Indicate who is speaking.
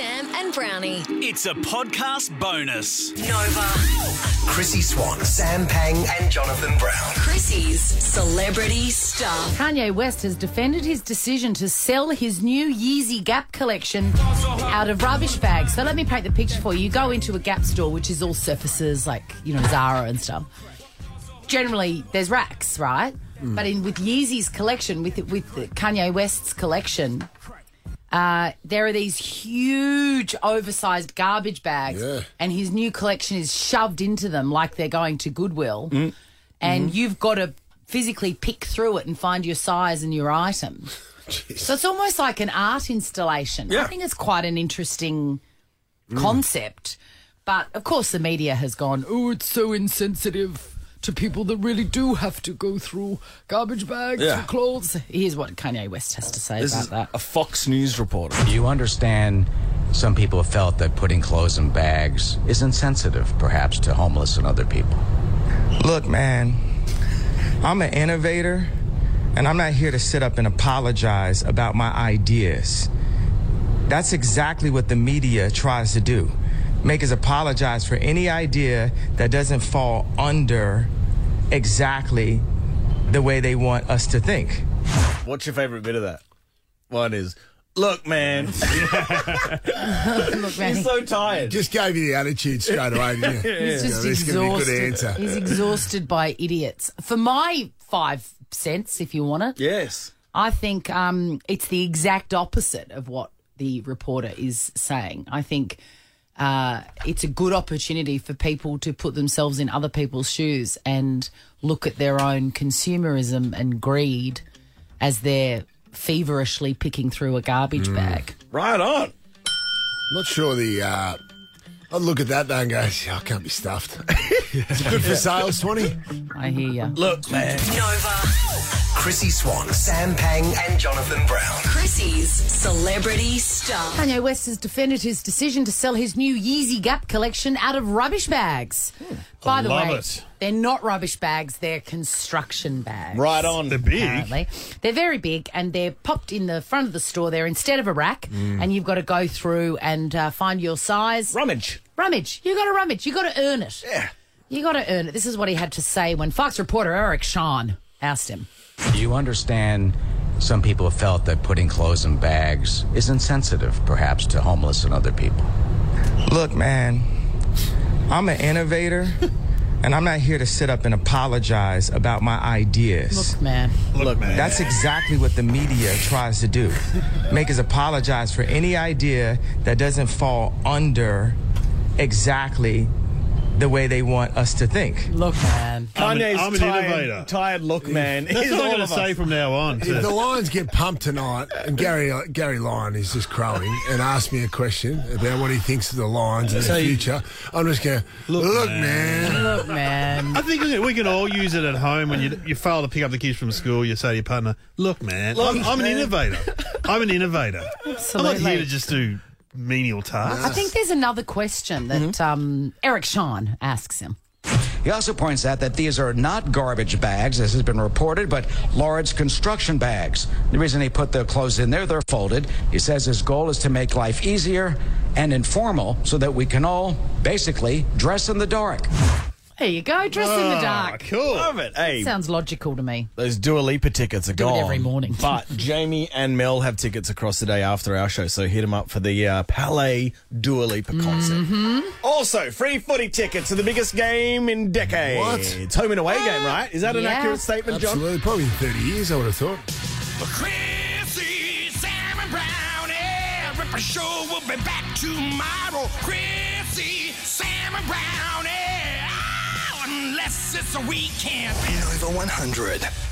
Speaker 1: and Brownie.
Speaker 2: It's a podcast bonus.
Speaker 1: Nova.
Speaker 3: Chrissy Swan, Sam Pang, and Jonathan Brown.
Speaker 1: Chrissy's Celebrity Stuff.
Speaker 4: Kanye West has defended his decision to sell his new Yeezy Gap collection out of rubbish bags. So let me paint the picture for you. You go into a Gap store, which is all surfaces like, you know, Zara and stuff. Generally, there's racks, right? But in with Yeezy's collection, with with Kanye West's collection, uh, there are these huge oversized garbage bags,
Speaker 5: Yeah.
Speaker 4: and his new collection is shoved into them like they're going to Goodwill and you've got to physically pick through it and find your size and your item. So it's almost like an art installation. I
Speaker 5: Yeah.
Speaker 4: think it's quite an interesting concept. But of course, the media has gone, oh, it's so insensitive to people that really do have to go through garbage bags
Speaker 5: Yeah.
Speaker 4: for clothes. Here's what Kanye West has to say
Speaker 6: This
Speaker 4: about
Speaker 6: is
Speaker 4: that.
Speaker 6: a Fox News reporter.
Speaker 7: You understand some people have felt that putting clothes in bags is insensitive, perhaps, to homeless and other people.
Speaker 8: Look, man, I'm an innovator, and I'm not here to sit up and apologize about my ideas. That's exactly what the media tries to do make us apologize for any idea that doesn't fall under exactly the way they want us to think.
Speaker 6: What's your favorite bit of that? Mine is, look, man,
Speaker 4: Look,
Speaker 6: he's
Speaker 4: Randy,
Speaker 6: so tired.
Speaker 5: Just gave you the attitude straight away, didn't you?
Speaker 4: he's just
Speaker 5: this is going to be a good
Speaker 4: exhausted.
Speaker 5: answer.
Speaker 4: He's exhausted by idiots. For my five cents, if you want it,
Speaker 6: yes.
Speaker 4: I think um, it's the exact opposite of what the reporter is saying. I think uh, it's a good opportunity for people to put themselves in other people's shoes and look at their own consumerism and greed as they're feverishly picking through a
Speaker 5: Mm.
Speaker 4: garbage bag.
Speaker 6: Right on.
Speaker 5: Not sure the. Uh, I look at that though and go, "Yeah, I can't be stuffed. Is it good for sales, Swanee?
Speaker 4: I hear you.
Speaker 6: Look, man.
Speaker 1: Nova.
Speaker 3: Chrissy Swan, Sam Pang, and Jonathan Brown.
Speaker 1: Chrissy's Celebrity Stuff.
Speaker 4: Kanye West has defended his decision to sell his new Yeezy Gap collection out of rubbish bags. By the
Speaker 9: Hmm. love
Speaker 4: way,
Speaker 9: it.
Speaker 4: they're not rubbish bags, they're construction bags.
Speaker 6: Right on. Uh, The big.
Speaker 4: apparently. They're very big and they're popped in the front of the store there instead of a rack,
Speaker 9: Hmm.
Speaker 4: and you've got to go through and uh, find your size.
Speaker 6: Rummage.
Speaker 4: rummage. You got to rummage. You got to earn it. Yeah. You got to earn it. This is what he had to say when Fox reporter Eric Sean asked him.
Speaker 7: You understand some people have felt that putting clothes in bags is insensitive, perhaps, to homeless and other people.
Speaker 8: Look, man, I'm an innovator, and I'm not here to sit up and apologize about my ideas.
Speaker 4: Look, man.
Speaker 6: Look, man.
Speaker 8: That's exactly what the media tries to do make us apologize for any idea that doesn't fall under exactly the way they want us to think.
Speaker 4: Look, man.
Speaker 9: I'm
Speaker 6: Kanye's
Speaker 9: an, I'm an
Speaker 6: tired,
Speaker 9: innovator.
Speaker 6: tired look, man.
Speaker 9: That's
Speaker 6: He's
Speaker 9: what
Speaker 6: all
Speaker 9: I'm going to
Speaker 6: of
Speaker 9: say
Speaker 6: us.
Speaker 9: from now on.
Speaker 5: If the
Speaker 9: too.
Speaker 5: Lions get pumped tonight, and Gary uh, Gary Lyon is just crowing and asked me a question about what he thinks of the Lions in the
Speaker 6: So you-
Speaker 5: future, I'm just going, look, man.
Speaker 4: Look, man.
Speaker 9: I think we can all use it at home when you, you fail to pick up the kids from school. You say to your partner, "Look, man,
Speaker 6: Look,
Speaker 9: I'm, I'm an
Speaker 6: man."
Speaker 9: innovator. I'm an innovator. I'm not
Speaker 4: Absolutely.
Speaker 9: here to just do menial tasks."
Speaker 4: I think there's another question that
Speaker 9: Mm-hmm.
Speaker 4: um, Eric Sean asks him.
Speaker 7: He also points out that these are not garbage bags, as has been reported, but large construction bags. The reason he put the clothes in there, they're folded. He says his goal is to make life easier and informal so that we can all basically dress in the dark.
Speaker 4: There you go. Dress in the
Speaker 9: Ah,
Speaker 4: dark.
Speaker 9: cool.
Speaker 6: Love it. Hey,
Speaker 4: Sounds logical to me.
Speaker 6: those Dua Lipa tickets are
Speaker 4: it
Speaker 6: gone.
Speaker 4: every morning.
Speaker 6: but Jamie and Mel have tickets across the day after our show, so hit them up for the uh, Palais Dua Lipa concert.
Speaker 4: Mm-hmm.
Speaker 6: Also, free footy tickets to the biggest game in decades.
Speaker 5: What?
Speaker 6: It's home and away game, right? Is that an
Speaker 4: Yeah.
Speaker 6: accurate statement, John?
Speaker 5: Absolutely, probably in 30 years, I would have thought.
Speaker 10: Chrissy, Sam and Brownie. Ripper Show will be back tomorrow. Chrissy, Sam and eh, Brownie. Oh, unless it's a weekend.
Speaker 3: Nova 100.